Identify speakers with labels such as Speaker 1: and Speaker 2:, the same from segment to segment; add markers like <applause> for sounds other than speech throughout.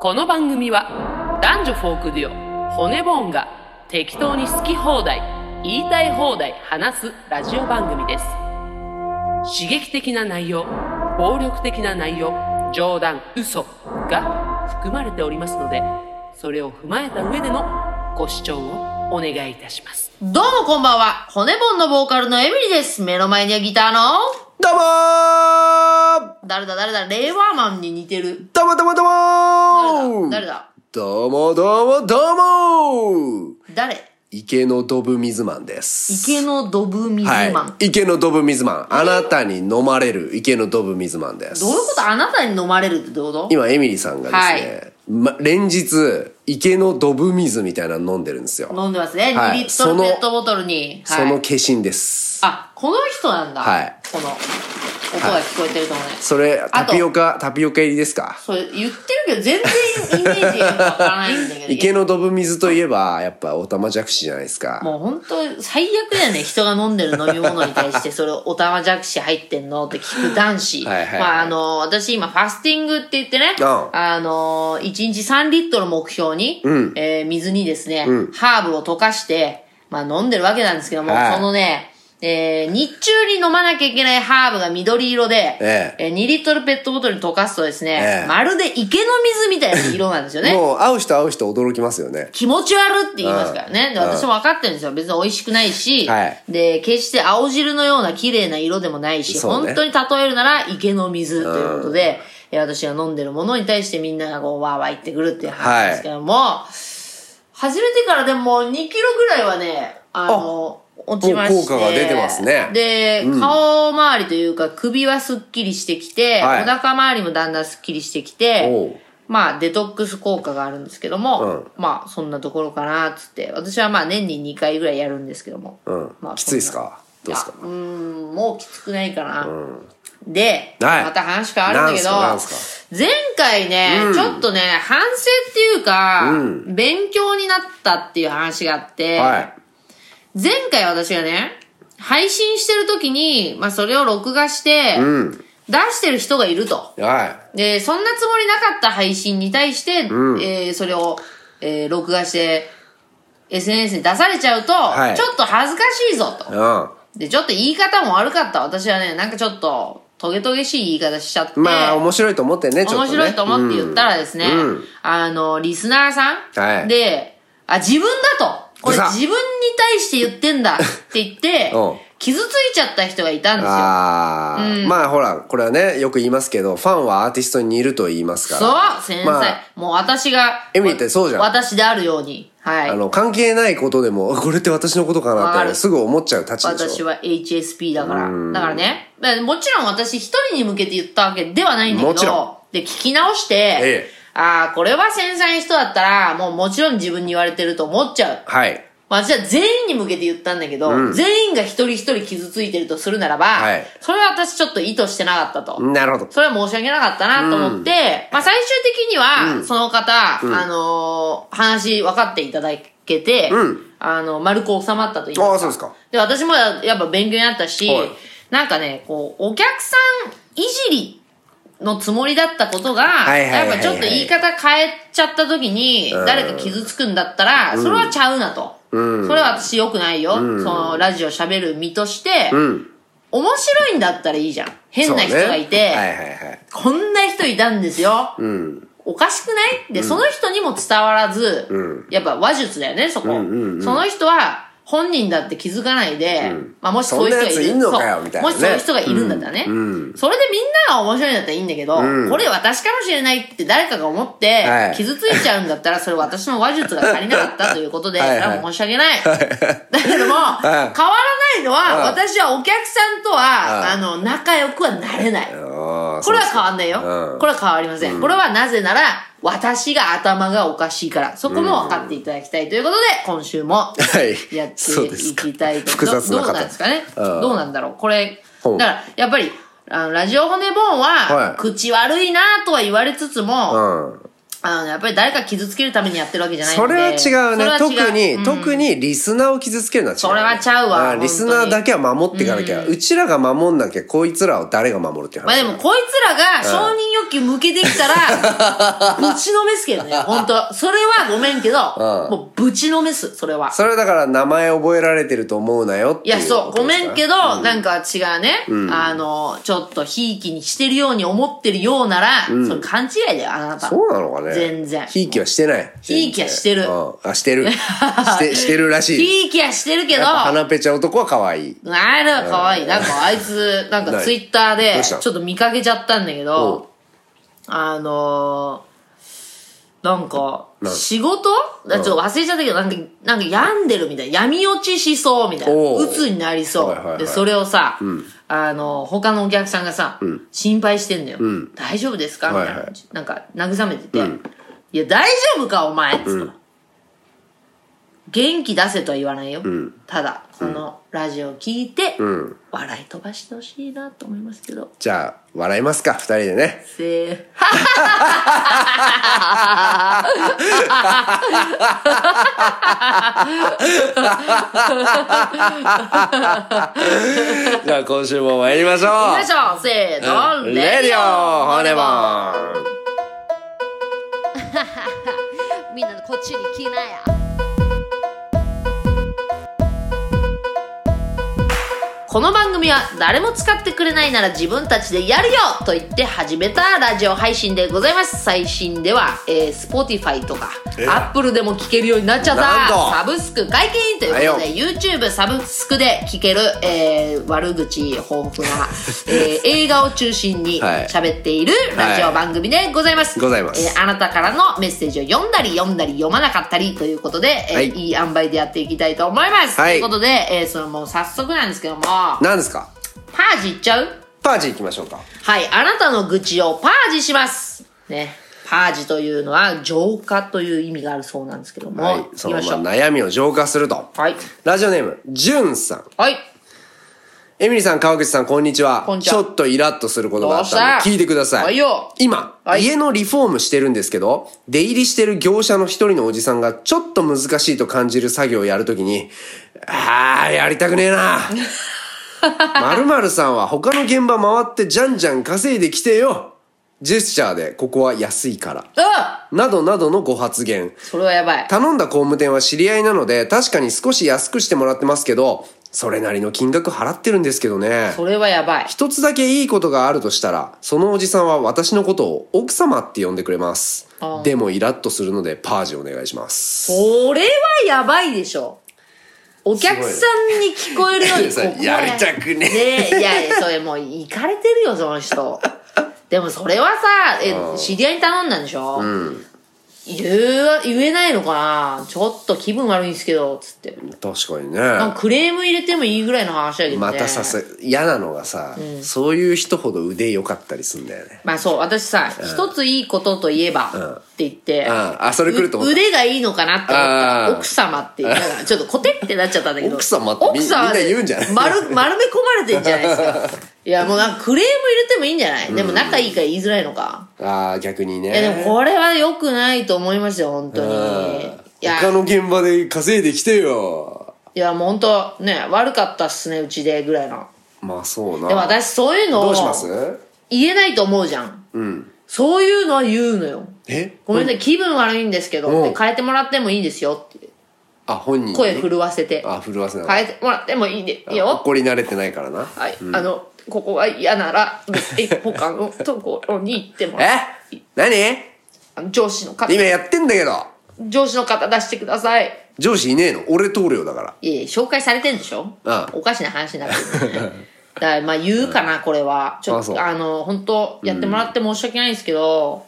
Speaker 1: この番組は男女フォークデュオ骨ボーンが適当に好き放題言いたい放題話すラジオ番組です刺激的な内容暴力的な内容冗談嘘が含まれておりますのでそれを踏まえた上でのご視聴をお願いいたします
Speaker 2: どうもこんばんは。骨盆のボーカルのエミリです。目の前にはギターの、
Speaker 3: どうもー
Speaker 2: 誰だ誰だ、レイワーマンに似てる。
Speaker 3: どうもどうもどうも
Speaker 2: 誰だ誰
Speaker 3: ー
Speaker 2: だ
Speaker 3: どうもどうもどうもー
Speaker 2: 誰
Speaker 3: 池のドブ水マンです。
Speaker 2: 池のドブ水マン。
Speaker 3: はい。池のドブ水マン。あなたに飲まれる池のドブ水マンです。
Speaker 2: どういうことあなたに飲まれるってどういうこと
Speaker 3: 今、エミリーさんがですね、ま、連日、池のドブ水みたいなの飲んでるんですよ。
Speaker 2: 飲んでますね。2
Speaker 3: はい
Speaker 2: リット
Speaker 3: そ
Speaker 2: ル
Speaker 3: の
Speaker 2: ペットボトルに。
Speaker 3: そ
Speaker 2: は
Speaker 3: の
Speaker 2: い、
Speaker 3: 化身です。
Speaker 2: あ、この人なんだ。
Speaker 3: はい
Speaker 2: この、音が聞こえてると思うね。
Speaker 3: それ、
Speaker 2: あ
Speaker 3: タ
Speaker 2: と
Speaker 3: ピオカ、タピオカ入りですか
Speaker 2: それ言ってるけど、全然イメージがわからないんだけど。
Speaker 3: 池のドブ水といえば、やっぱ、オタマジャクシじゃないですか。
Speaker 2: もう本当最悪だよ
Speaker 3: <laughs>
Speaker 2: ね。人が飲んでる飲み物に対して、それをおたまじゃくし入ってんのって聞く男子。
Speaker 3: はいはいはい
Speaker 2: まああの、私今ファスティングって言ってね、
Speaker 3: うん
Speaker 2: あの、1日3リットル目標に、
Speaker 3: ん
Speaker 2: えー水にですね、ハーブを溶かして、まあ飲んでるわけなんですけども、
Speaker 3: はい
Speaker 2: そのね、えー日中に飲まなきゃいけないハーブが緑色で、
Speaker 3: ええ
Speaker 2: ー2リットルペットボトルに溶かすとですね、
Speaker 3: ええ
Speaker 2: まるで池の水みたいな色なんですよね。
Speaker 3: もう、会う人会う人驚きますよね。
Speaker 2: 気持ち悪って言いますからね。で、私も分かってるんですよ。別に美味しくないし、
Speaker 3: はい
Speaker 2: で、決して青汁のような綺麗な色でもないし、
Speaker 3: そうね
Speaker 2: 本当に例えるなら池の水ということで、え私が飲んでるものに対してみんながこう、わーわー言ってくるっていう話ですけども、初めてからでも2キロぐらいはね、あの、落ちまして。
Speaker 3: もう効果が出てますね
Speaker 2: で、顔周りというか首はすっきりしてきて、
Speaker 3: はい
Speaker 2: お腹周りもだんだんすっきりしてきて、
Speaker 3: おう
Speaker 2: まあ、デトックス効果があるんですけども、
Speaker 3: うん
Speaker 2: まあ、そんなところかな、つって。私はまあ、年に2回ぐらいやるんですけども。
Speaker 3: うん
Speaker 2: まあ、
Speaker 3: きついですかどうですか
Speaker 2: そんなうーん、もうきつくないかな。で、
Speaker 3: はい
Speaker 2: また話変わるんだけど
Speaker 3: なんす、
Speaker 2: 前回ね、ちょっとね、反省っていうか、勉強になったっていう話があって、
Speaker 3: はい。
Speaker 2: 前回私がね、配信してる時に、まあ、それを録画して、
Speaker 3: ん
Speaker 2: 出してる人がいると。
Speaker 3: は
Speaker 2: で、そんなつもりなかった配信に対して、えーそれを、えー録画して、SNS に出されちゃうと、
Speaker 3: はい
Speaker 2: ちょっと恥ずかしいぞ
Speaker 3: い。
Speaker 2: と。
Speaker 3: うん。
Speaker 2: で、ちょっと言い方も悪かった。私はね、なんかちょっと、トゲトゲしい言い方しちゃって、
Speaker 3: まあ、面白いと思ってね、ちょっと、ね。
Speaker 2: 面白いと思って言ったらですね、
Speaker 3: うんうん
Speaker 2: あの、リスナーさん、
Speaker 3: はい
Speaker 2: で、あ、自分だとこれ
Speaker 3: うざ
Speaker 2: 自分に対して言ってんだって言って
Speaker 3: <laughs> うん、
Speaker 2: 傷ついちゃった人がいたんですよ。
Speaker 3: ああ、まあほら、これはね、よく言いますけど、ファンはアーティストに似ると言いますから。
Speaker 2: そう繊細、
Speaker 3: まあ、
Speaker 2: もう私が。
Speaker 3: エミリーってそうじゃん
Speaker 2: 私であるように。はい
Speaker 3: あ。の、関係ないことでも、あ <laughs> これって私のことか
Speaker 2: わか
Speaker 3: なっ
Speaker 2: る
Speaker 3: て、すぐ思っちゃうたちでし
Speaker 2: 私
Speaker 3: ょ。
Speaker 2: は HSP だから。だからね。だからもちろん私一人に向けて言ったわけではないんだけど。
Speaker 3: もちろ
Speaker 2: で、聞き直して、
Speaker 3: ええ
Speaker 2: ああ、これは繊細な人だったら、もうもちろん自分に言われてると思っちゃう。
Speaker 3: はい。
Speaker 2: まあ、私は全員に向けて言ったんだけど、全員が一人一人傷ついてるとするならば、
Speaker 3: はい
Speaker 2: それは私ちょっと意図してなかったと。
Speaker 3: なるほど。
Speaker 2: それは申し訳なかったなと思って、まあ最終的には、その方、あのー話分かっていただけて、
Speaker 3: うん
Speaker 2: あの、丸く収まったと言い
Speaker 3: あ
Speaker 2: ま
Speaker 3: あ、
Speaker 2: す
Speaker 3: そ
Speaker 2: か。
Speaker 3: うですか。
Speaker 2: で、私もややっぱ勉強になったし、
Speaker 3: はい
Speaker 2: なんかね、こう、お客さんいじりのつもりだったことが、
Speaker 3: いはいはいは
Speaker 2: や
Speaker 3: い
Speaker 2: っぱちょっと言い方変えちゃった時に、誰か傷つくんだったら、それはちゃうなと。それは私良くないよ。その、ラジオ喋る身として、
Speaker 3: うん。
Speaker 2: 面白いんだったらいいじゃん。変な人
Speaker 3: そうね
Speaker 2: がいて、
Speaker 3: はいはいはい。
Speaker 2: こんな人いたんですよ。
Speaker 3: うん。
Speaker 2: おかしくないで、その人にも伝わらず、やっぱ話術だよね、そこ。その人は、本人だって気づかないで、まあもしそういう人がいる
Speaker 3: そんなやついんのかよみたいなね
Speaker 2: そうもしそういう人がいるんだったらね、それでみんなが面白いんだったらいいんだけど、これ私かもしれないって誰かが思って
Speaker 3: は、い
Speaker 2: 傷ついちゃうんだったら、それ私の話術が足りなかったということで、
Speaker 3: <laughs> はいはい
Speaker 2: それは申し訳ない。だけども、変わらないのは、
Speaker 3: はい
Speaker 2: 私はお客さんとは、あの、仲良くはなれない。
Speaker 3: ああ、
Speaker 2: これは
Speaker 3: そう
Speaker 2: 変わんないよ。
Speaker 3: うん
Speaker 2: これは変わりません。これはなぜなら、私が頭がおかしいから、そこも分かっていただきたいということで、今週も
Speaker 3: ですかはい。
Speaker 2: やって
Speaker 3: そうです
Speaker 2: い
Speaker 3: か
Speaker 2: きたいと
Speaker 3: 複雑
Speaker 2: ど
Speaker 3: な
Speaker 2: どうなん
Speaker 3: 方
Speaker 2: で。すかね
Speaker 3: うん
Speaker 2: どうなんだろうこれ、だ
Speaker 3: ほう
Speaker 2: から、やっぱり、あの、ラジオ骨ボーン
Speaker 3: は
Speaker 2: は、
Speaker 3: い
Speaker 2: 口悪いなとは言われつつも、
Speaker 3: うん。
Speaker 2: あのねやっぱり誰か傷つけるためにやってるわけじゃないん
Speaker 3: そ
Speaker 2: で
Speaker 3: れは違うね。
Speaker 2: それは違う
Speaker 3: 特に、
Speaker 2: うん
Speaker 3: 特にリスナーを傷つけるのは違う、ね。
Speaker 2: それはちゃうわ
Speaker 3: ま
Speaker 2: 本
Speaker 3: あ
Speaker 2: 当に
Speaker 3: リスナーだけは守っていかなきゃ。うちらが守んなきゃ、こいつらを誰が守るっていう話。
Speaker 2: まあでも、こいつらが承認欲求向けてきたら、
Speaker 3: <laughs>
Speaker 2: ぶちのめすけどね、本当それはごめんけど、
Speaker 3: ん
Speaker 2: もうぶちのめす、それは。
Speaker 3: それはだから名前覚えられてると思うなよって
Speaker 2: い
Speaker 3: いう
Speaker 2: や、そう、ごめんけ
Speaker 3: ど。
Speaker 2: ど、なんか違うね、あの、ちょっとひいきにしてるように思ってるようなら、それ勘違いだよ、あなた。
Speaker 3: そうなのかね
Speaker 2: 全然
Speaker 3: ひいきはしてない。
Speaker 2: ひいきはしてる
Speaker 3: うんあ、し
Speaker 2: <laughs>
Speaker 3: てる。して、してるらしい。
Speaker 2: ひいきはしてるけど、
Speaker 3: やっぱ
Speaker 2: あ
Speaker 3: 鼻ペチャ男は可愛い。
Speaker 2: ら、かわいい。なんかあいつ、なんか
Speaker 3: ない
Speaker 2: ツイッターで
Speaker 3: どうし
Speaker 2: ち
Speaker 3: た
Speaker 2: ょっと見かけちゃったんだけ
Speaker 3: うん
Speaker 2: ど、あのー、なんか、
Speaker 3: ん
Speaker 2: 仕事ちょっと忘れちゃったけど、なんか、なんか病んでるみたいな。闇落ちしそうみたいな。
Speaker 3: おう
Speaker 2: 鬱になりそう。
Speaker 3: はいはいはい
Speaker 2: で、それをさ、あの、他のお客さんがさ、心配してんだよ。大丈夫ですかみたいな、
Speaker 3: はいはい
Speaker 2: なんか、慰めてて、いや、大丈夫かお前っつったの元気出せとは言わないよ。ただ、このラジオ聞いて、笑い飛ばしてほしいなと思いますけど。
Speaker 3: じゃあ、笑いますか、二人
Speaker 2: <laughs>
Speaker 3: でね。
Speaker 2: せー。
Speaker 3: じゃあ、今週も参りましょ
Speaker 2: よ
Speaker 3: う。
Speaker 2: いしょせーの、
Speaker 3: レディオ骨
Speaker 2: ン
Speaker 3: も
Speaker 4: みんなこっちに来なや。
Speaker 2: この番組は誰も使ってくれないなら自分たちでやるよと言って始めたラジオ配信でございます。最新では、えー、Spotify とか
Speaker 3: え、
Speaker 2: Apple でも聞けるようになっちゃった。
Speaker 3: なんと
Speaker 2: サブスク解禁ということで、
Speaker 3: は
Speaker 2: YouTube サブスクで聞ける、えー、悪口豊
Speaker 3: <laughs>
Speaker 2: 富な、えー、映画を中心に
Speaker 3: はい
Speaker 2: 喋っているラジオ番組でございます。
Speaker 3: ございます
Speaker 2: えーあなたからのメッセージを読んだり読んだり読まなかったりということで、えー
Speaker 3: はい
Speaker 2: い、い塩梅でやっていきたいと思います。
Speaker 3: はい
Speaker 2: ということで、えー、そのもう早速なんですけども、
Speaker 3: 何ですか
Speaker 2: パージいっちゃう
Speaker 3: パージ行きましょうか。
Speaker 2: はい、あなたの愚痴をパージします。ね。パージというのは浄化という意味があるそうなんですけども。
Speaker 3: はい
Speaker 2: 行。
Speaker 3: そ
Speaker 2: き
Speaker 3: の
Speaker 2: ましょう。
Speaker 3: まあ悩みを浄化すると。
Speaker 2: はい。
Speaker 3: ラジオネーム、じゅんさん。
Speaker 2: はい。
Speaker 3: エミリーさん、川口さん、こんにちは。
Speaker 2: こんにち
Speaker 3: ち
Speaker 2: は
Speaker 3: ょっとイラッとすることがあっ
Speaker 2: ど
Speaker 3: た
Speaker 2: う
Speaker 3: の
Speaker 2: した
Speaker 3: で、聞いてください。
Speaker 2: はいよ
Speaker 3: 今、
Speaker 2: はい
Speaker 3: 家のリフォームしてるんですけど、出入りしてる業者の一人のおじさんが、ちょっと難しいと感じる作業をやるときに、あー、やりたくねえ
Speaker 2: <laughs>
Speaker 3: な。〇〇さんは他の現場回ってじゃんじゃん稼いできてよ。ジェスチャーで、ここは安いから。
Speaker 2: あ
Speaker 3: などなどのご発言。
Speaker 2: それはやばい。
Speaker 3: 頼んだ工務店は知り合いなので、確かに少し安くしてもらってますけど、それなりの金額払ってるんですけどね。
Speaker 2: それはやばい。
Speaker 3: 一つだけいいことがあるとしたら、そのおじさんは私のことを奥様って呼んでくれます
Speaker 2: あ。ー
Speaker 3: でもイラッとするのでパージお願いします。
Speaker 2: それはやばいでしょ。お客さんに聞こえるように
Speaker 3: すごいねやりたくね
Speaker 2: え。ねいやいや、それもう、いかれてるよ、その
Speaker 3: <laughs>
Speaker 2: 人。でもそれはさ、
Speaker 3: う
Speaker 2: え、
Speaker 3: ん
Speaker 2: 知り合いに頼んだんでしょうん。言う、言えないのかなちょっと気分悪いんですけど、つって。
Speaker 3: 確かに
Speaker 2: なん
Speaker 3: ね
Speaker 2: か。クレーム入れてもいいぐらいの話だけどね。
Speaker 3: またさせ、嫌なのがさ、そういう人ほど腕良かったりすんだよね。
Speaker 2: まあそう、私さ、一ついいことといえ
Speaker 3: ん
Speaker 2: ば、って言って、
Speaker 3: ああ、それ来ると思
Speaker 2: う
Speaker 3: った。
Speaker 2: 腕がいいのかなって思ったら
Speaker 3: あー
Speaker 2: 奥様っていうのがちょっとコテってなっちゃったんだけど
Speaker 3: <laughs> 奥様ってみ
Speaker 2: 奥様
Speaker 3: みんな言うんじゃない <laughs>
Speaker 2: 丸丸め込まれてんじゃないですかいやもうなんかクレーム入れてもいいんじゃないでも仲いいから言いづらいのか、
Speaker 3: ああ、逆にね。
Speaker 2: いやでもこれは良くないと思いますよ本当にいや
Speaker 3: 他の現場で稼いできてよ。
Speaker 2: いやもう本当ね悪かったっすねうちでぐらいの
Speaker 3: まあそうな。
Speaker 2: でも私そういうの
Speaker 3: ど
Speaker 2: を
Speaker 3: うします
Speaker 2: 言えないと思うじゃん
Speaker 3: うん。
Speaker 2: そういうのは言うのよ
Speaker 3: え
Speaker 2: ごめんね気分悪いんですけど
Speaker 3: うん
Speaker 2: って変えてもらってもいいんですよって
Speaker 3: あ、本人に
Speaker 2: 声震わせて
Speaker 3: あ、震わせな
Speaker 2: 変えてもらってもいいでいいよ
Speaker 3: 怒り慣れてないからな。
Speaker 2: はい、あの、ここは嫌なら、え、他のところに行ってもらう
Speaker 3: え何
Speaker 2: あの上司の方、
Speaker 3: 今やってんだけど
Speaker 2: 上司の方出してください。
Speaker 3: 上司いねえの俺棟梁だから
Speaker 2: いやいや紹介されてんでしょ
Speaker 3: ああ
Speaker 2: おかしな話になってる、ね。だから、まあ言うかな、これは。ちょ
Speaker 3: あ
Speaker 2: っ
Speaker 3: そう
Speaker 2: と、あの、本当やってもらって申し訳ないんですけど、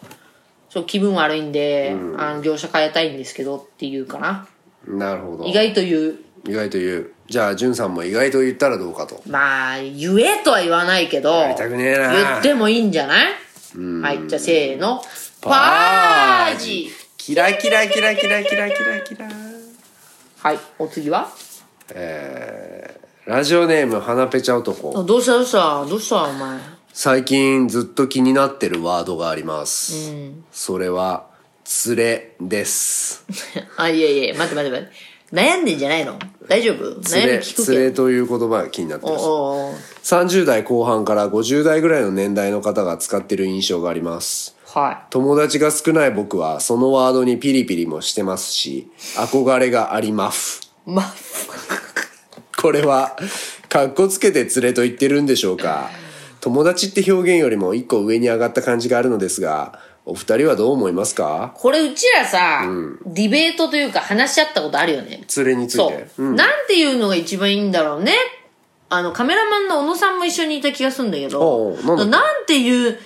Speaker 2: ちょっと気分悪いんで、あの、業者変えたいんですけどっていうかな。
Speaker 3: なるほど
Speaker 2: 意外と言う。
Speaker 3: 意外と言うじゃあ潤さんも意外と言ったらどうかと
Speaker 2: まあ、言えとは言わないけど、
Speaker 3: りたくねえな
Speaker 2: 言ってもいいんじゃないはい、じゃあせーの。パージ
Speaker 3: キラキラキラキラキラキラキラ
Speaker 2: はい、お次は
Speaker 3: ラジオネームはなぺちゃ男
Speaker 2: あどうしたどうしたどうしたお前。 <laughs>
Speaker 3: 最近ずっと気になってるワードがあります、それは連れです。
Speaker 2: あ、いやいや、待って待って待って。悩んでんじゃないの大丈夫
Speaker 3: 連
Speaker 2: 悩
Speaker 3: れ、
Speaker 2: み聞く
Speaker 3: 連れ
Speaker 2: けど。
Speaker 3: という言葉が気になって
Speaker 2: お
Speaker 3: ま
Speaker 2: う
Speaker 3: す。
Speaker 2: おうおう
Speaker 3: 30代後半から50代ぐらいの年代の方が使ってる印象があります。
Speaker 2: は
Speaker 3: 友達が少ない僕はそのワードにピリピリもしてますし、憧れがあります。
Speaker 2: い。ま、
Speaker 3: これは、かっこつけて連れと言ってるんでしょうか。友達って表現よりも一個上に上がった感じがあるのですが、お二人はどう思いますか
Speaker 2: <laughs> これうちらさ、ディベートというか話し合ったことあるよね。
Speaker 3: 連れについ
Speaker 2: そう
Speaker 3: て。、うん。
Speaker 2: なんていうのが一番いいんだろうね。あの、カメラマンの小野さんも一緒にいた気がするんだけ
Speaker 3: おう
Speaker 2: ど
Speaker 3: おうなんだっ、け
Speaker 2: なんていう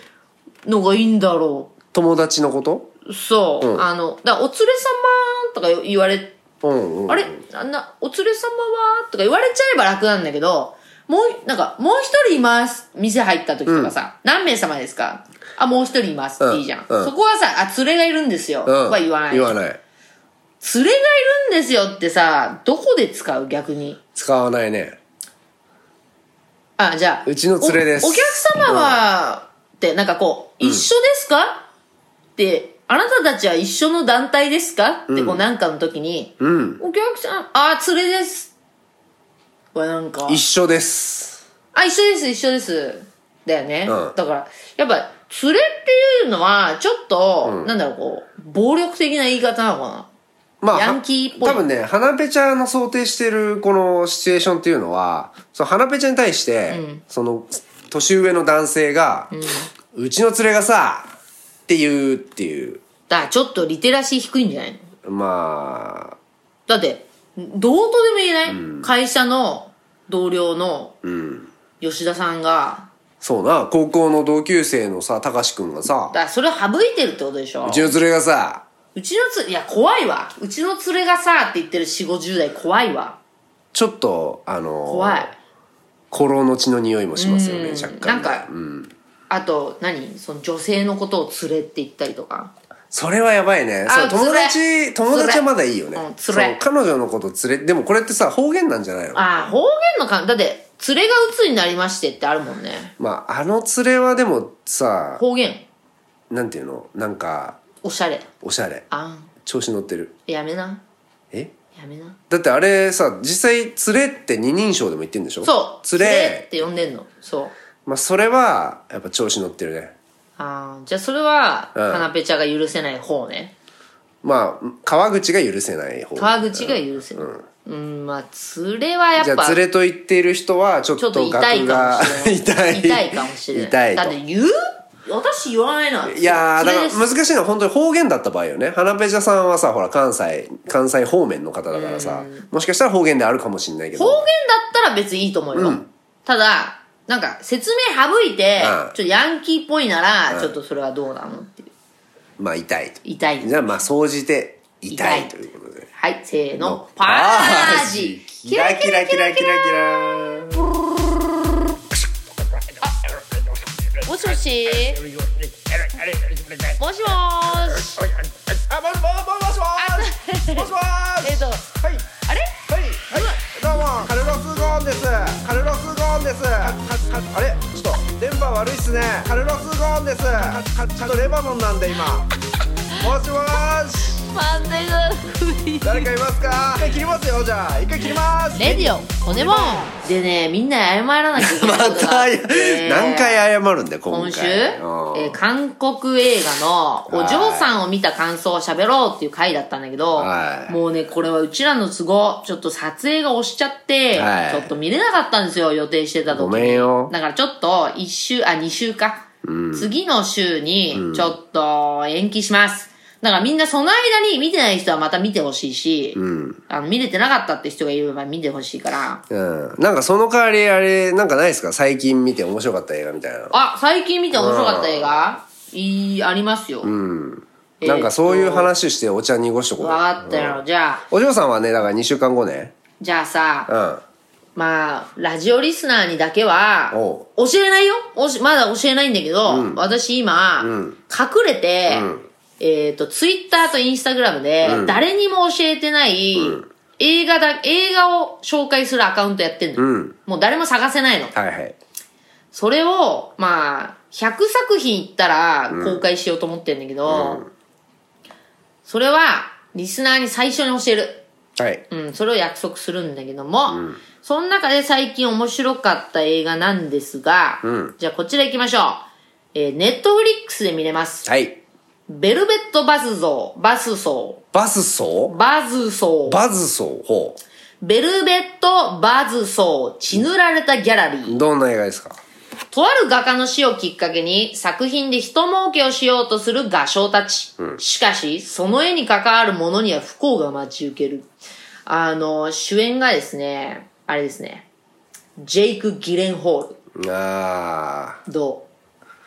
Speaker 2: のがいいんだろ
Speaker 3: 友達のこと
Speaker 2: う。そう、
Speaker 3: うん
Speaker 2: あの、だからお連れ様とか言われ
Speaker 3: うんうん。
Speaker 2: あれあんな、お連れ様はとか言われちゃえば楽なんだけど、もう、なんか、もう一人います。店入った時とかさ、何名様ですかあ、もう一人います。
Speaker 3: うん
Speaker 2: いいじゃん,、
Speaker 3: うん
Speaker 2: そこはさ、あ、連れがいるんですよ。
Speaker 3: うん。
Speaker 2: は言わない。
Speaker 3: 言
Speaker 2: 連れ
Speaker 3: わな
Speaker 2: が
Speaker 3: い。
Speaker 2: いるんですよってさ、どこで使う逆に。
Speaker 3: 使わないね。
Speaker 2: あ、じゃあ。
Speaker 3: うちの連れです
Speaker 2: おお客様は、って、なんかこう、一緒ですか、って、あなたたちは一緒の団体ですかって、こうなんかの時に、
Speaker 3: うん。
Speaker 2: お客さん、あ、連れです。はなんか。
Speaker 3: 一緒です。
Speaker 2: あ、一緒です、一緒です。だよね。
Speaker 3: うん
Speaker 2: だから、やっぱ、連れっていうのは、ちょっと、なんだろう、こう、暴力的な言い方なのかな。
Speaker 3: まあ、
Speaker 2: ヤンキーっぽい
Speaker 3: 多分ね、花ペチャの想定してるこのシチュエーションっていうのは、その花ペチャに対して、その、年上の男性が、うちの連れがさ、っていうっていう、
Speaker 2: だから、ちょっとリテラシー低いんじゃないの
Speaker 3: まあ、
Speaker 2: だって、どうとでも言えない、会社の同僚の、吉田さんが、
Speaker 3: そうな、高校の同級生のさ、たかしくんがさ
Speaker 2: だ、から、それを省いてるってことでしょ
Speaker 3: うちの連れがさ、
Speaker 2: うちのつ、いや、怖いわ。うちの連れがさ、って言ってる4、50代怖いわ。
Speaker 3: ちょっと、あの、
Speaker 2: 怖い。
Speaker 3: 古老の血の匂いもしますよね、若干ね。
Speaker 2: なんか
Speaker 3: うん。
Speaker 2: あと、何その女性のことを連れって言ったりとか。
Speaker 3: それはやばいね。そう、
Speaker 2: あつれ
Speaker 3: 友達、友達はまだいいよね。
Speaker 2: うんつ
Speaker 3: そう
Speaker 2: れ、
Speaker 3: 彼女のこと連れ、でもこれってさ、方言なんじゃないの
Speaker 2: ああ、方言のか、だって、連れが鬱になりましてってあるもんね。
Speaker 3: まあ、あの連れはでもさ、
Speaker 2: 方言、
Speaker 3: なんていうのなんか、
Speaker 2: おしゃれ。
Speaker 3: おしゃれ。
Speaker 2: あ
Speaker 3: 調子乗ってる。
Speaker 2: ん、やめな。
Speaker 3: え
Speaker 2: やめな。
Speaker 3: だってあれさ、実際、連れって二人称でも言ってんでしょ
Speaker 2: そう。
Speaker 3: 連
Speaker 2: 連れっ
Speaker 3: れ。
Speaker 2: て呼んでんの。そう。
Speaker 3: まあ、それは、やっぱ調子乗ってるね。
Speaker 2: ああ、じゃあそれは、
Speaker 3: うん
Speaker 2: かなぺちゃが許せない方ね。
Speaker 3: まあ、川口が許せない方。
Speaker 2: 川口が許せない。うん、まあ、連れはや
Speaker 3: じゃ
Speaker 2: っぱ、
Speaker 3: あ、連れと言っている人は、ちょっ
Speaker 2: ちょっ
Speaker 3: と
Speaker 2: と
Speaker 3: 額
Speaker 2: 痛いか
Speaker 3: が
Speaker 2: もしれない。
Speaker 3: 痛い。
Speaker 2: 痛いかもしれない。
Speaker 3: 痛いと
Speaker 2: だって言う私言わないな。
Speaker 3: いやー、だ
Speaker 2: 連れ
Speaker 3: から
Speaker 2: です
Speaker 3: 難しいのは本当に方言だった場合よね。花ペジャさんはさ、ほら、関西、関西方面の方だからさ、もしかしたら方言であるかもしれないけど。
Speaker 2: 方言だったら別にいいと思うよ。ただ、なんか説明省いて、
Speaker 3: うん
Speaker 2: ちょっとヤンキーっぽいなら、ちょっとそれはどうなのっていう。
Speaker 3: まあ、痛いと。
Speaker 2: 痛い。
Speaker 3: じゃあ、まあ、総じて、痛
Speaker 2: 痛
Speaker 3: い
Speaker 2: い
Speaker 3: ということで。
Speaker 2: はい、せーの。パージ
Speaker 3: キラキラキラキラキラ
Speaker 2: もしもしもしもーし
Speaker 5: あ、もしももしもーしもしもーし
Speaker 2: えっと、
Speaker 5: はい
Speaker 2: あれ
Speaker 5: はいはいどうもカルロス・ゴーンですカルロス・ゴーンですかかあれちょっと電波悪いっすねカルロス・ゴーンですかかちょっとレバノンなんで今もしもーし
Speaker 4: 漫才が首
Speaker 5: 誰かいますか一回切りますよじゃあ一回切ります
Speaker 2: レディオ、骨もんでね、みんなに謝らなきゃいけないこ
Speaker 3: ま
Speaker 2: とがあ
Speaker 3: た
Speaker 2: って。
Speaker 3: 何回謝るんだよ、今
Speaker 2: 今
Speaker 3: 回。
Speaker 2: 週、え
Speaker 3: うん
Speaker 2: ー韓国映画のお嬢さんを見た感想を喋ろうっていう回だったんだけど
Speaker 3: は、い
Speaker 2: もうね、これはうちらの都合、ちょっと撮影が押しちゃって、
Speaker 3: はい
Speaker 2: ちょっと見れなかったんですよ、予定してた時
Speaker 3: ごめんよ
Speaker 2: だからちょっと、一週、あ、二週か。次の週に、ちょっと延期します。だからみんなその間に見てない人はまた見てほしいし、あの見れてなかったって人がいれば見てほしいから、
Speaker 3: うん。なんかその代わり、あれ、なんかないですか最近見て面白かった映画みたいなの。
Speaker 2: あ、最近見て面白かった映画いい、ありますよ。えーっと
Speaker 3: なんかそういう話してお茶濁しとこうよ
Speaker 2: わかったよ。じゃあ、
Speaker 3: お嬢さんはね、だから2週間後ね。
Speaker 2: じゃあさ、
Speaker 3: うん。
Speaker 2: まあ、ラジオリスナーにだけは、
Speaker 3: お
Speaker 2: 教えないよおしまだ教えないんだけど、私今、隠れて、えっ、と、ツイッターとインスタグラムで、誰にも教えてない、映画だ、映画を紹介するアカウントやってんの。
Speaker 3: うん
Speaker 2: もう誰も探せないの。
Speaker 3: はいはい。
Speaker 2: それを、まあ、100作品いったら公開しようと思ってんだけど、それは、リスナーに最初に教える。
Speaker 3: はい。
Speaker 2: うん、それを約束するんだけども、その中で最近面白かった映画なんですが、
Speaker 3: ん
Speaker 2: じゃあこちら行きましょう。えー、ネットフリックスで見れます。
Speaker 3: はい。
Speaker 2: ベルベットバズゾー、バスソ
Speaker 3: バズソ
Speaker 2: ー、バズソ
Speaker 3: ー
Speaker 2: ー、
Speaker 3: バズソーほ
Speaker 2: ベルベットバズソー、血塗られたギャラリー。
Speaker 3: う。どんな映画ですか
Speaker 2: とある画家の死をきっかけに作品で人儲けをしようとする画商たち。しかし、その絵に関わるものには不幸が待ち受ける。あの、主演がですね、あれですね、ジェイク・ギレンホール。
Speaker 3: あ
Speaker 2: ど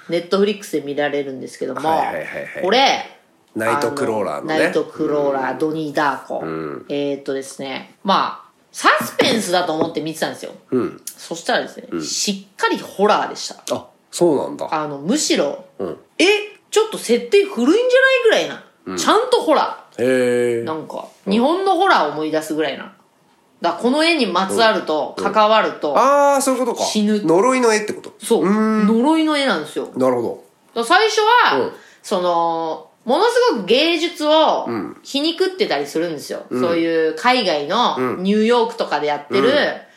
Speaker 2: うネットフリックスで見られるんですけども、
Speaker 3: はいはいはいはい
Speaker 2: これ、
Speaker 3: ー。ナイトクローラーのね。
Speaker 2: あナイトクローラー、ドニー・ダーコ。えーっとですね、まあ、サスペンスだと思って見てたんですよ。
Speaker 3: うん。
Speaker 2: そしたらですね、しっかりホラーでした。
Speaker 3: あ、そうなんだ。
Speaker 2: あの、むしろ、
Speaker 3: うん。
Speaker 2: え、ちょっと設定古いんじゃないぐらいな。ちゃんとホラ
Speaker 3: へえ
Speaker 2: ー。。なんか、日本のホラーを思い出すぐらいな。だからこの絵にまつわると、関わると、
Speaker 3: ああ、そういうことか。
Speaker 2: 死ぬ
Speaker 3: 呪いの絵ってこと。
Speaker 2: そう、呪いの絵なんですよ。だか
Speaker 3: なるほど。
Speaker 2: ら最初は、
Speaker 3: うん
Speaker 2: その、ものすごく芸術を
Speaker 3: ん
Speaker 2: 皮肉ってたりするんですよ。そういう海外のニューヨークとかでやってる、えー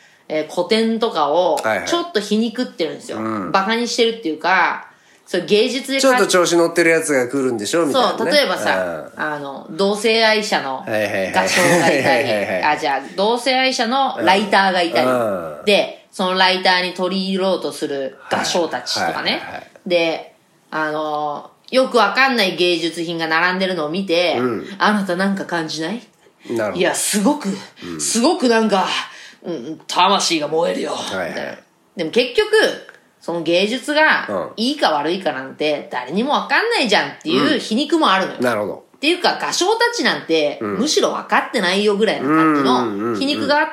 Speaker 2: 古典とかを
Speaker 3: はいはい
Speaker 2: ちょっと皮肉ってるんですよ。
Speaker 3: ん
Speaker 2: バカにしてるっていうか、そういう芸術で
Speaker 3: ちょっ
Speaker 2: 感
Speaker 3: と調子乗ってるやつが来るんでしょみたいな、ね。
Speaker 2: そう、例えばさ、あの、同性愛者の
Speaker 3: はいはいはい
Speaker 2: 画商がいたり、
Speaker 3: はいはいはい
Speaker 2: あ、じゃあ、同性愛者のライターがいたり、
Speaker 3: うん
Speaker 2: で、そのライターに取り入ろうとする画商たちとかね。
Speaker 3: はいはいはい
Speaker 2: で、あのーよくわかんない芸術品が並んでるのを見て、あなたなんか感じない
Speaker 3: うん。なるほど。
Speaker 2: いや、すごく、すごくなんか、うん、魂が燃えるよ、
Speaker 3: いはい
Speaker 2: みたいな。でも結局、その芸術が
Speaker 3: うん、
Speaker 2: いいか悪いかなんて、誰にもわかんないじゃんっていう皮肉もあるのよ。
Speaker 3: なるほど。
Speaker 2: っていうか、画商たちなんて、むしろ分かってないよぐらいな感じ
Speaker 3: うんうんうんう
Speaker 2: の
Speaker 3: ん
Speaker 2: 皮肉があっ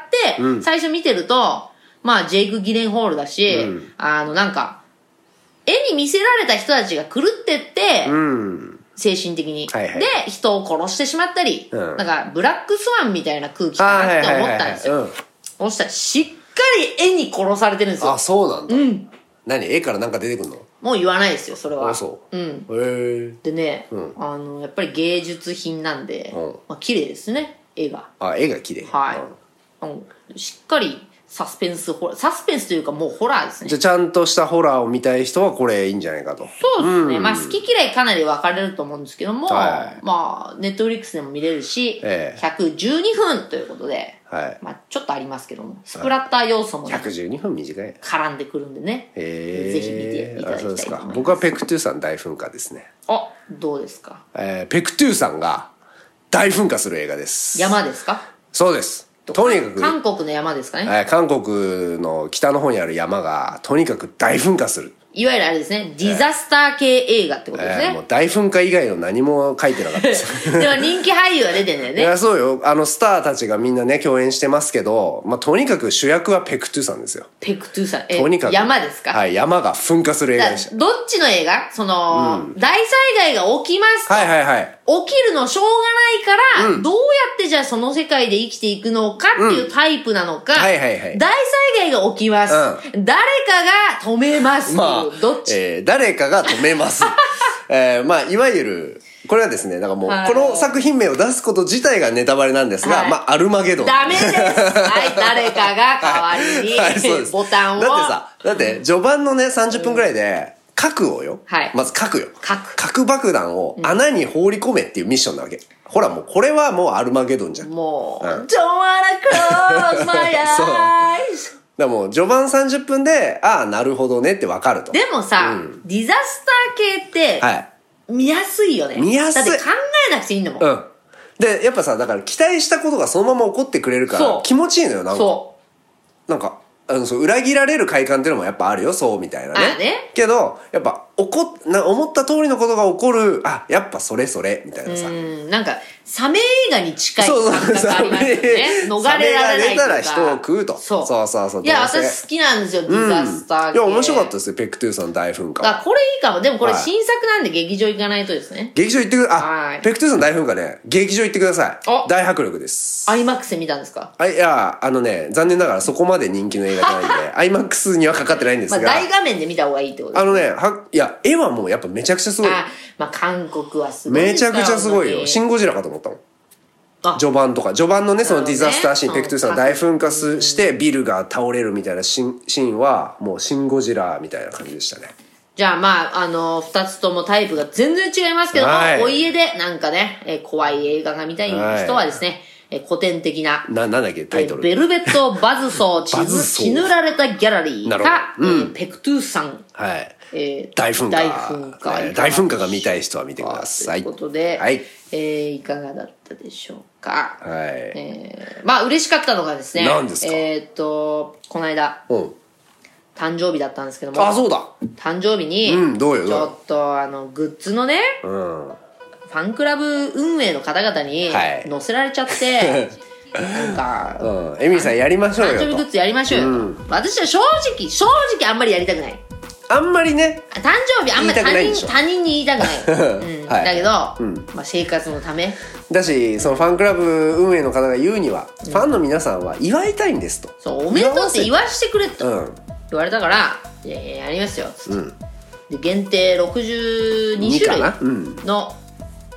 Speaker 2: て、最初見てると、まあ、ジェイク・ギレンホールだし、あの、なんか、絵に見せられた人たちが狂ってって、
Speaker 3: うん。
Speaker 2: 精神的に、
Speaker 3: はいはい
Speaker 2: で、人を殺してしまったり、
Speaker 3: うん
Speaker 2: なんか、ブラックスワンみたいな空気か
Speaker 3: あーは
Speaker 2: ないって
Speaker 3: はい
Speaker 2: 思
Speaker 3: は
Speaker 2: っ
Speaker 3: い
Speaker 2: たん
Speaker 3: は
Speaker 2: です
Speaker 3: い。
Speaker 2: よ。
Speaker 3: う
Speaker 2: そ
Speaker 3: ん。
Speaker 2: したら、しっかり絵に殺されてるんですよ
Speaker 3: あ、。そうなんだ。
Speaker 2: うん。
Speaker 3: 何絵からなんか出てくんの
Speaker 2: もう言わないですよ、それは。
Speaker 3: あ、そう。
Speaker 2: うん。
Speaker 3: へえ。
Speaker 2: でね、
Speaker 3: うん
Speaker 2: あの、やっぱり芸術品なんで、
Speaker 3: うん
Speaker 2: まあ、綺麗ですね、絵が。
Speaker 3: あ、絵が綺麗。
Speaker 2: はい、うんしっかりサスペンスホラーサスペンスというかもうホラーです
Speaker 3: い
Speaker 2: ね
Speaker 3: じゃあちゃんとしたホラーを見たい人はこれいいんじゃないかと。
Speaker 2: そうですね、まあ好き嫌いかなり分かれると思うんですけども、
Speaker 3: はい
Speaker 2: まあネットフリックスでも見れるし、
Speaker 3: ええ
Speaker 2: 112分ということで、
Speaker 3: はい。
Speaker 2: まあちょっとありますけどもスプラッター要素もね、
Speaker 3: 112分短い。
Speaker 2: 絡んでくるんでね、
Speaker 3: えー、
Speaker 2: ぜひ見ていただきたいと思います
Speaker 3: あそうですか僕はペクトゥーさん大噴火ですね、
Speaker 2: あどうですか
Speaker 3: えー、ペクトゥーさんが大噴火する映画です
Speaker 2: 山ですか
Speaker 3: そうですとにかく
Speaker 2: 韓国の山ですかね、
Speaker 3: はい韓国の北の方にある山がとにかく大噴火する、
Speaker 2: い、わゆるあれですねディザスター系映画ってこと
Speaker 3: え
Speaker 2: です
Speaker 3: ーも
Speaker 2: ね
Speaker 3: う、大噴火以外の何も書いてなかったです
Speaker 2: <laughs> でも人気俳優は出てんだよ
Speaker 3: い
Speaker 2: ね
Speaker 3: やそうよあのスターたちがみんなね共演してますけど、まあ、とにかく主役はペクトゥーさんですよ
Speaker 2: ペクトゥーさんえ
Speaker 3: とにかく
Speaker 2: 山ですか
Speaker 3: はい山が噴火する映画
Speaker 2: だ
Speaker 3: でした
Speaker 2: どっちの映画その、大災害が起きます。
Speaker 3: はいはいはい
Speaker 2: 起きるのしょうがないから、どうやってじゃあその世界で生きていくのかっていうタイプなのか、
Speaker 3: はいはいはい
Speaker 2: 大災害が起きます。誰かが止めますっていう、
Speaker 3: まあ、
Speaker 2: どっち、
Speaker 3: えー誰かが止め
Speaker 2: <laughs>
Speaker 3: ます。えーまあ、いわゆる、これはですね、なんかもう、
Speaker 2: はい
Speaker 3: この作品名を出すこと自体がネタバレなんですが、
Speaker 2: はい
Speaker 3: まあ、アルマゲドン。
Speaker 2: ダメですはい、誰かが代わりに、
Speaker 3: <laughs> はいそうです
Speaker 2: ボタンを
Speaker 3: だってさ、だって、序盤のね、30分くらいで、核をよ、
Speaker 2: はい
Speaker 3: まず核よ。
Speaker 2: 核
Speaker 3: 核爆弾を穴に放り込めっていうミッションなわけ。ほら、もう、これはもうアルマゲドンじゃん。だか
Speaker 2: もう、
Speaker 3: うん
Speaker 2: Don't wanna close my eyes!
Speaker 3: らもう、序盤30分で、ああ、なるほどねってわかると。
Speaker 2: でもさ、ディザスター系って、
Speaker 3: はい。
Speaker 2: 見やすいよね。
Speaker 3: 見やすい
Speaker 2: だって考えなくていいんだもん。
Speaker 3: うん。で、やっぱさ、だから期待したことがそのまま起こってくれるか
Speaker 2: そ
Speaker 3: ら
Speaker 2: う、
Speaker 3: 気持ちいいのよ、なんか。
Speaker 2: そ
Speaker 3: なんか、あの、そう、裏切られる快感っていうのもやっぱあるよ、そう、みたいな
Speaker 2: あ
Speaker 3: ね。
Speaker 2: ね
Speaker 3: けど、やっぱ、怒っ、な、思った通りのことが起こる、あ、やっぱそれそれ、みたいなさ。
Speaker 2: う。うん、なんか、サメ映画に近い
Speaker 3: そうそう
Speaker 2: 感覚ありますよね。
Speaker 3: サメ
Speaker 2: 逃れられないというか。
Speaker 3: サメが出たら人を食うと
Speaker 2: そう。
Speaker 3: そうそうそう
Speaker 2: いや、
Speaker 3: どうせ
Speaker 2: 私好きなんですよ、ディザスター
Speaker 3: い
Speaker 2: 系。
Speaker 3: や、面白かったですよ、ペクトゥーさん大噴
Speaker 2: あ
Speaker 3: 火。
Speaker 2: これいいかも。でもこれ
Speaker 3: はい
Speaker 2: 新作なんで劇場行かないとですね。
Speaker 3: 劇場行ってくだ
Speaker 2: は
Speaker 3: さ
Speaker 2: い
Speaker 3: い。ペクトゥーさん大噴火ね、劇場行ってくださ
Speaker 2: お
Speaker 3: い。大迫力です。
Speaker 2: アイマックスで見たんですか
Speaker 3: あいや、あのね、残念ながらそこまで人気の映画じゃないんで、IMAX にはかかってないんです
Speaker 2: まあ
Speaker 3: が。
Speaker 2: 大画面で見た方がいいってことで
Speaker 3: あのね、は、いや、や、絵はもうやっぱめちゃくちゃすごい。
Speaker 2: あ、まあ、韓国はすごいで
Speaker 3: め
Speaker 2: す
Speaker 3: ち
Speaker 2: よ。
Speaker 3: ゃくちゃすごいよ。シ
Speaker 2: 本
Speaker 3: ン・ゴジラかと思ったもん。
Speaker 2: 当にあ、
Speaker 3: 序盤とか。序盤のね、そのディザスターシーン、
Speaker 2: なるほどね
Speaker 3: テクトゥーさんが大噴火すして、ビルが倒れるみたいなシーンシーンは、もうシン・ゴジラみたいな感じでしたね。
Speaker 2: じゃあまあ、あの、二つともタイプが全然違いますけども、
Speaker 3: はい
Speaker 2: お家でなんかね、えー怖い映画が見たい人はですね、えー古典的な、
Speaker 3: な、なんだっけ、タ
Speaker 2: え
Speaker 3: イト
Speaker 2: ーベ
Speaker 3: ル。
Speaker 2: ルベットバズソー血
Speaker 3: バ
Speaker 2: ぬ
Speaker 3: ズソ
Speaker 2: 血
Speaker 3: ー
Speaker 2: 塗られたギャラリー
Speaker 3: なる
Speaker 2: か、
Speaker 3: ほどうん
Speaker 2: えーペクトゥーさん、
Speaker 3: はい。
Speaker 2: えー
Speaker 3: 大噴火。
Speaker 2: 大噴火
Speaker 3: えー大噴火が見たい人は見てください。
Speaker 2: ということで、
Speaker 3: はい。
Speaker 2: えーいかがだったでしょうか。
Speaker 3: はい。
Speaker 2: えーまあ、嬉しかったのがですね、
Speaker 3: 何ですか
Speaker 2: えーっと、この間、
Speaker 3: うん。
Speaker 2: 誕生日だったんですけども、
Speaker 3: あ、そうだ。
Speaker 2: 誕生日に、
Speaker 3: うんどうよ
Speaker 2: ち
Speaker 3: どうよ
Speaker 2: ょっと、あの、グッズのね、
Speaker 3: うん。
Speaker 2: ファンクラブ運営の方々に
Speaker 3: はい
Speaker 2: 載せられちゃ
Speaker 3: <laughs>
Speaker 2: って、なんか、
Speaker 3: うん。エミリーさんやりましょう
Speaker 2: 誕生日
Speaker 3: よ
Speaker 2: グ
Speaker 3: と
Speaker 2: ッ。ズやりましょうよ、私は正直、正直あんまりやりたくない。
Speaker 3: あんまりね。
Speaker 2: あ誕生日あんまり
Speaker 3: 言いたくない
Speaker 2: 他
Speaker 3: でし
Speaker 2: 人
Speaker 3: ょ
Speaker 2: 他人に言いたく
Speaker 3: <laughs>
Speaker 2: ない。うん
Speaker 3: はい
Speaker 2: だけど、
Speaker 3: ん
Speaker 2: まあ、生活のため。
Speaker 3: だし、そのファンクラブ運営の方が言うには、ファンの皆さんは祝いたいんですと。
Speaker 2: そう、おめでとうって言わしてくれと
Speaker 3: う
Speaker 2: 言
Speaker 3: ん。
Speaker 2: われたから、いやいや、やりますよ、つって
Speaker 3: ん
Speaker 2: で、限定62
Speaker 3: 二
Speaker 2: 種
Speaker 3: か
Speaker 2: 類
Speaker 3: なうん
Speaker 2: の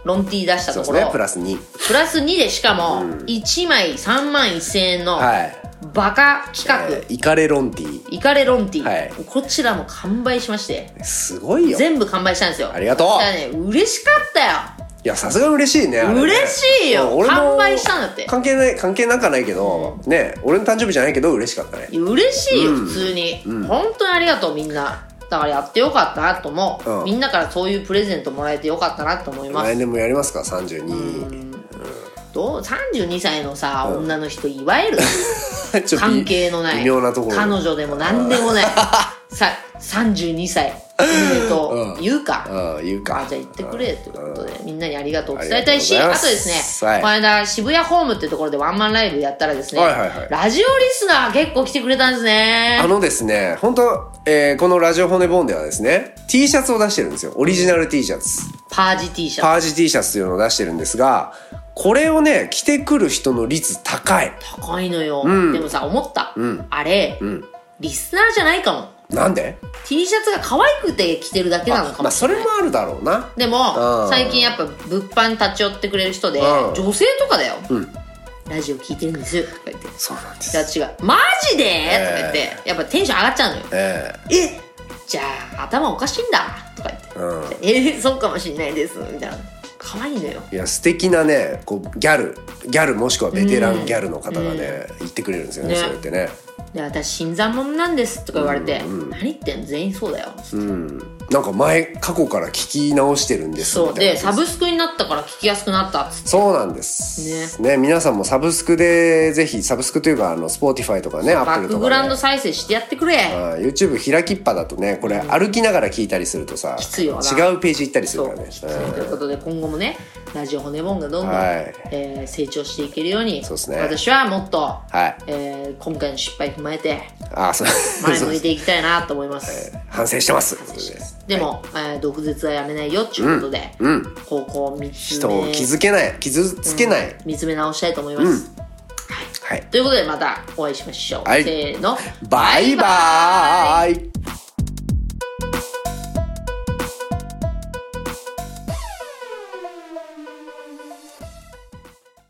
Speaker 2: ロンティー出した
Speaker 3: そう
Speaker 2: と
Speaker 3: で
Speaker 2: ころ、
Speaker 3: すね。プラス2。
Speaker 2: プラス2でしかも、1枚3万1000円の
Speaker 3: はい。
Speaker 2: バカ企画、
Speaker 3: えーイカレロンティ
Speaker 2: イカレロンティー、
Speaker 3: はい
Speaker 2: こちらも完売しまして
Speaker 3: すごいよ。
Speaker 2: 全部完売したんですよ
Speaker 3: ありがとう
Speaker 2: だからね嬉しかったよ
Speaker 3: いや、さすがに嬉しいね。あれね
Speaker 2: 嬉しいよ
Speaker 3: うん俺も
Speaker 2: 完売したんだって
Speaker 3: 関係ない、関係なくはないけど、ね、俺の誕生日じゃないけど嬉しかったね。
Speaker 2: 嬉しいよ、
Speaker 3: うん
Speaker 2: 普通に、本当にありがとうみんなだからやってよかったなと思う、
Speaker 3: うん
Speaker 2: みんなからそういうプレゼントもらえてよかったなと思いま
Speaker 3: 来
Speaker 2: す
Speaker 3: 年もやりますか、32。
Speaker 2: どう32歳のさ、女の人いわゆる
Speaker 3: <laughs> ちょっと
Speaker 2: 関係のない
Speaker 3: 微妙なところ。
Speaker 2: 彼女でも何でもない <laughs> さ32歳おめでと
Speaker 3: う
Speaker 2: うん言うか、
Speaker 3: うん、言うか。
Speaker 2: あじゃあ行ってくれということで、みんなにありがとうを伝
Speaker 3: あ
Speaker 2: えた
Speaker 3: りがとう
Speaker 2: い
Speaker 3: ご
Speaker 2: し、
Speaker 3: ざい
Speaker 2: あ
Speaker 3: ま
Speaker 2: と
Speaker 3: す
Speaker 2: ですね、
Speaker 3: はい
Speaker 2: この間渋谷ホームってところでワンマンライブやったらですね、
Speaker 3: はいはいはい
Speaker 2: ラジオリスナー結構来てくれたんですね。
Speaker 3: あのですね、本当えーこのラジオ骨ボーンではですね、T シャツを出してるんですよ。オリジナル T シャツ。
Speaker 2: パージ T シャツ。
Speaker 3: パージ T シャツというのを出してるんですが、これをね、着てくる人の率高い。
Speaker 2: 高いのよ、
Speaker 3: ん
Speaker 2: でもさ、思った。
Speaker 3: ん
Speaker 2: あれ、
Speaker 3: ん
Speaker 2: リスナーじゃないかも。
Speaker 3: なんで
Speaker 2: T シャツが可愛くて着てるだけなの
Speaker 3: あ
Speaker 2: か
Speaker 3: ま
Speaker 2: も
Speaker 3: あ、
Speaker 2: しれ
Speaker 3: そ
Speaker 2: な
Speaker 3: れ
Speaker 2: い。
Speaker 3: もあるだろうな。
Speaker 2: でも、
Speaker 3: うん
Speaker 2: 最近やっぱ物販立ち寄ってくれる人で、
Speaker 3: うん
Speaker 2: 女性とかだよ、
Speaker 3: うん
Speaker 2: ラジオ聞いてるんですとか言って。
Speaker 3: そうなんで
Speaker 2: いや
Speaker 3: す。
Speaker 2: 違う。マジで、とか言って、やっぱテンション上がっちゃうのよ。
Speaker 3: え
Speaker 2: えじゃあ頭おかしいんだとか言って
Speaker 3: えうん。
Speaker 2: 「えー、そうかもしんないです」みたいな可愛いのよ
Speaker 3: いや素敵なねこうギャルギャルもしくはベテランギャルの方がね、言ってくれるんですよね
Speaker 2: ね
Speaker 3: そうやってね
Speaker 2: で私新参者なんですとか言われて「
Speaker 3: うんうん
Speaker 2: 何言ってんの全員そうだよ」
Speaker 3: うんなんか前過去から聞き直してるんです
Speaker 2: そう
Speaker 3: みたいな
Speaker 2: でサブスクになったから聞きやすくなったっつって
Speaker 3: そうなんですね皆さんもサブスクでぜひサブスクというかあの Spotify とかねアッ
Speaker 2: バ
Speaker 3: プ
Speaker 2: ッ
Speaker 3: ル
Speaker 2: ク
Speaker 3: と
Speaker 2: グラウ
Speaker 3: か
Speaker 2: ンド
Speaker 3: ね
Speaker 2: 再生してやってくれ、
Speaker 3: うん YouTube 開きっぱだとねこれ歩きながら聞いたりするとさ
Speaker 2: きつい
Speaker 3: 違
Speaker 2: よな
Speaker 3: うページ行ったりする
Speaker 2: そ
Speaker 3: から
Speaker 2: う
Speaker 3: ね
Speaker 2: きついという
Speaker 3: うん
Speaker 2: ことで今後もねラジオ骨ボンがどんどん、
Speaker 3: はい
Speaker 2: えー成長していけるように
Speaker 3: そうっすね
Speaker 2: 私はもっと、
Speaker 3: はい
Speaker 2: えー今回の失敗踏まえて
Speaker 3: あそう
Speaker 2: 前
Speaker 3: そう
Speaker 2: 向いていきたいなと思います、
Speaker 3: 反省してますということで
Speaker 2: でも、えー毒舌はやめないよっていうことで、
Speaker 3: うん
Speaker 2: 方向を見つめ
Speaker 3: 人を傷つけない傷つけない、
Speaker 2: 見つめ直したいと思います、
Speaker 3: はい
Speaker 2: ということでまたお会いしましょう、
Speaker 3: はい
Speaker 2: せーの
Speaker 3: バイバーイ